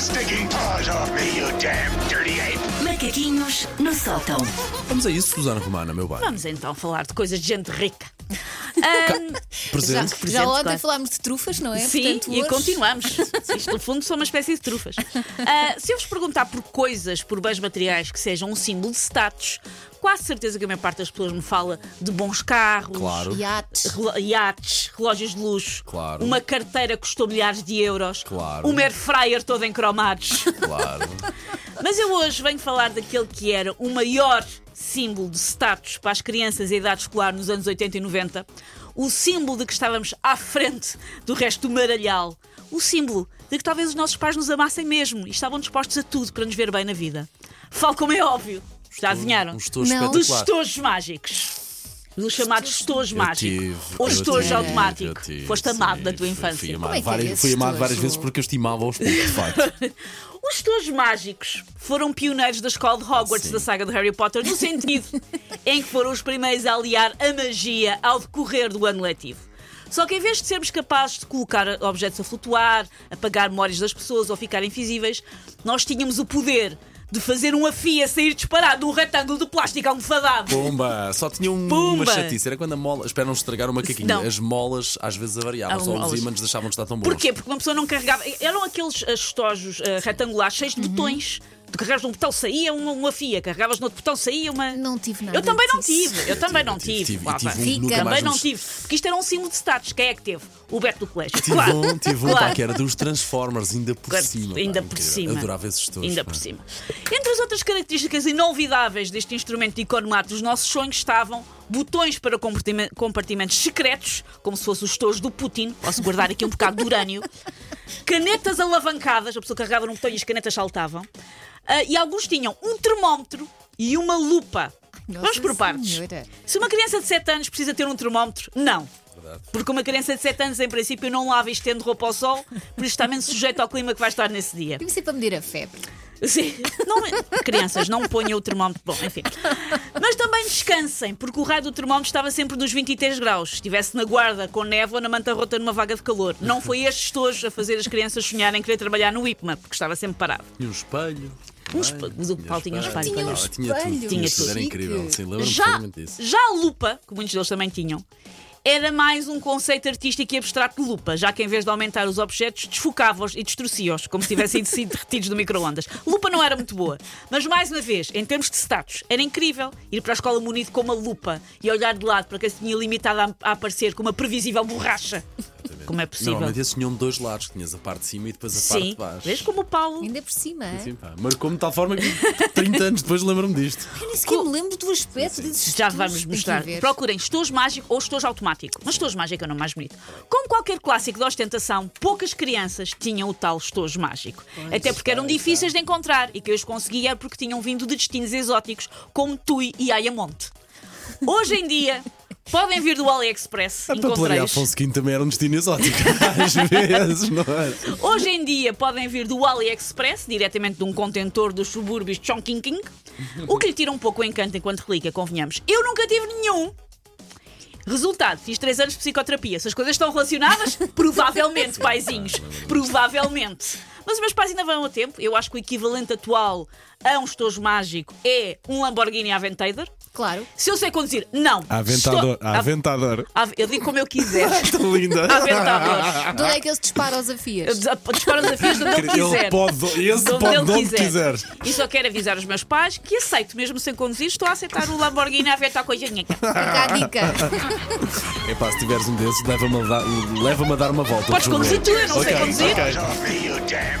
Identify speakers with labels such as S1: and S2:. S1: sticking paws off me, you damn dirty ape!
S2: Macaquinhos no sótão.
S3: Vamos a isso, Susana Romana, meu pai.
S4: Vamos então falar de coisas de gente rica. Ahn,
S3: Presente.
S4: por
S5: Já
S4: exemplo,
S5: ontem
S4: claro.
S5: falámos de trufas, não é?
S4: Sim,
S5: Portanto,
S4: e
S5: hoje-
S4: continuamos. Isto, no fundo, são uma espécie de trufas. Ah, se eu vos perguntar por coisas, por bens materiais que sejam um símbolo de status, quase certeza que a maior parte das pessoas me fala de bons carros,
S3: Claro.
S5: Iates.
S4: relo- iates, relógios de luxo,
S3: Claro.
S4: uma carteira que custou milhares de euros,
S3: Claro.
S4: um air fryer todo em cromados.
S3: Claro.
S4: Mas eu hoje venho falar daquele que era o maior símbolo de status para as crianças em idade escolar nos anos 80 e 90, o símbolo de que estávamos à frente do resto do maralhal, o símbolo de que talvez os nossos pais nos amassem mesmo e estavam dispostos a tudo para nos ver bem na vida. Falo como é óbvio, já adivinharam?
S3: Um gestor
S5: Não.
S4: Dos
S3: espetacular.
S4: estojos mágicos. Dos chamados estojos
S3: Eu
S4: mágicos.
S3: tive,
S4: Ou
S3: eu
S4: estojos
S3: tive,
S4: Um automático.
S3: eu tive,
S4: Foste amado
S3: sim,
S4: da tua
S3: fui-
S4: infância.
S3: Fui
S5: Como
S3: amado,
S5: é que é
S3: várias,
S5: esse
S3: fui amado várias
S5: estojo?
S3: vezes porque eu estimava os pontos, de facto.
S4: Os estojos mágicos foram pioneiros da escola de Hogwarts
S3: Sim.
S4: da saga de Harry Potter, no sentido em que foram os primeiros a aliar a magia ao decorrer do ano letivo. Só que em vez de sermos capazes de colocar objetos a flutuar, apagar memórias das pessoas ou ficar invisíveis, nós tínhamos o poder de fazer um afia sair disparado de um retângulo de plástico almofadado.
S3: Pumba! Só tinha um- uma
S4: Pumba!
S3: chatice. Era quando a mola. Espera não estragar uma caquinha.
S4: Não.
S3: As molas às vezes avariavam.
S4: Eram
S3: Só os
S4: molas.
S3: ímãs deixavam de estar tão bons.
S4: Porquê? Porque uma pessoa não carregava. Eram aqueles eh, estojos eh, retangulares cheios de
S3: Uhum.
S4: botões. Tu carregavas num botão, saía uma, uma fia. Carregavas no outro botão, saía uma.
S5: Não tive nada.
S4: Eu também não
S5: disso.
S4: tive, eu também não
S3: tive,
S4: tive.
S3: tive,
S4: Lá
S3: tive
S4: vai.
S3: um que
S5: nunca
S4: também
S3: mais
S4: não
S3: nos-
S4: tive, porque isto era um símbolo de status. Quem é que teve? O Beto do Colégio.
S3: Tive
S4: claro.
S3: um, tive um
S4: Claro.
S3: pá, que era dos Transformers, ainda por
S4: Claro,
S3: cima. pá,
S4: Ainda por
S3: incrível.
S4: cima.
S3: Adorava esses estojos.
S4: Ainda por
S3: pá.
S4: cima. Entre as outras características inolvidáveis deste instrumento de iconomato dos nossos sonhos estavam botões para compartime- compartimentos secretos, como se fossem os tojos do Putin. Posso guardar aqui um bocado de urânio. Canetas alavancadas, a pessoa carregava num botão e as canetas saltavam. Ah, e alguns tinham um termómetro e uma lupa.
S5: Nossa
S4: Vamos por partes.
S5: Senhora.
S4: Se uma criança de 7 anos precisa ter um termómetro, não. Porque uma criança de 7 anos, em princípio, não lava e estende roupa ao sol, por isso está menos sujeita ao clima que vai estar nesse dia.
S5: Tem que ser para medir a febre.
S4: Sim. Não, crianças, não ponham o termómetro. Bom, enfim. Mas também descansem, porque o raio do termómetro estava sempre nos 23 graus. Se estivesse na guarda, com névoa, na manta rota, numa vaga de calor. Não foi este estojo a fazer as crianças sonharem em querer trabalhar no IPMA, porque estava sempre parado.
S3: E um espelho. é?
S4: Um espelho. Mas o Paulo tinha um espelho.
S5: Tinha um
S3: Não, Tinha
S5: espelho.
S3: tudo.
S4: Tinha
S3: tudo. Era
S5: tudo.
S3: incrível.
S5: Chique.
S3: Sim, lembro-me
S4: Já,
S3: perfeitamente disso.
S4: já a lupa, que muitos deles também tinham, era mais um conceito artístico e abstrato de lupa, já que em vez de aumentar os objetos, desfocava-os e destrucia-os, como se tivessem sido derretidos do micro-ondas. Lupa não era muito boa, mas mais uma vez, em termos de status, era incrível ir para a escola munido com uma lupa e olhar de lado para quem se tinha limitado a- a aparecer com uma previsível borracha. Como é possível?
S3: Normalmente esses tinham dois lados. Tinhas a parte de cima e depois a parte
S4: Sim,
S3: de baixo.
S4: vês como o Paulo.
S5: Ainda por cima, é?
S3: Sim, pá. Marcou-me de tal forma que 30 anos depois lembro-me disto.
S5: Eu nem sequer me lembro do aspecto desses
S4: Já
S5: tubos.
S4: vamos
S5: Tem que
S4: mostrar.
S5: ver.
S4: Procurem estojo mágico ou estojo automático. Mas estojo mágico é o nome mais bonito. Como qualquer clássico de ostentação, poucas crianças tinham o tal estojo mágico. Até porque eram difíceis de encontrar e que eu os conseguia era porque tinham vindo de destinos exóticos como Tui e Ayamonte. Hoje em dia, podem vir do AliExpress.
S3: A papelaria
S4: Encontrei-os.
S3: Afonso V também era um destino exótico. Às vezes, não é?
S4: Hoje em dia podem vir do AliExpress, diretamente de um contentor dos subúrbios de Chongqing, o que lhe tira um pouco o encanto enquanto relíquia, convenhamos. Eu nunca tive nenhum. Resultado, fiz 3 anos de psicoterapia. Se as coisas estão relacionadas, provavelmente, paizinhos. Provavelmente. Mas os meus pais ainda vão a tempo. Eu acho que o equivalente atual a um estojo mágico é um Lamborghini Aventador.
S5: Claro.
S4: Se eu sei conduzir, não.
S3: Aventador.
S4: Estou-
S3: Aventador.
S4: Av- Eu digo como eu quiser.
S3: Tão linda.
S4: Aventador.
S5: De onde é que eles disparam os afias?
S4: Dispara os desafios de onde ele
S3: Ele
S4: quiser.
S3: pode, esse
S4: De onde
S3: pode
S4: ele
S3: de onde quiser.
S4: Então, E só quero avisar os meus pais que aceito, mesmo sem conduzir, estou a aceitar o Lamborghini a ver tal coisinha.
S5: Fica a dica.
S3: É pá, se tiveres um desses, leva-me a, dar- leva-me a dar uma volta.
S4: Podes conduzir tu, eu não sei
S3: Ok,
S4: conduzir.
S1: Paws off me, you damn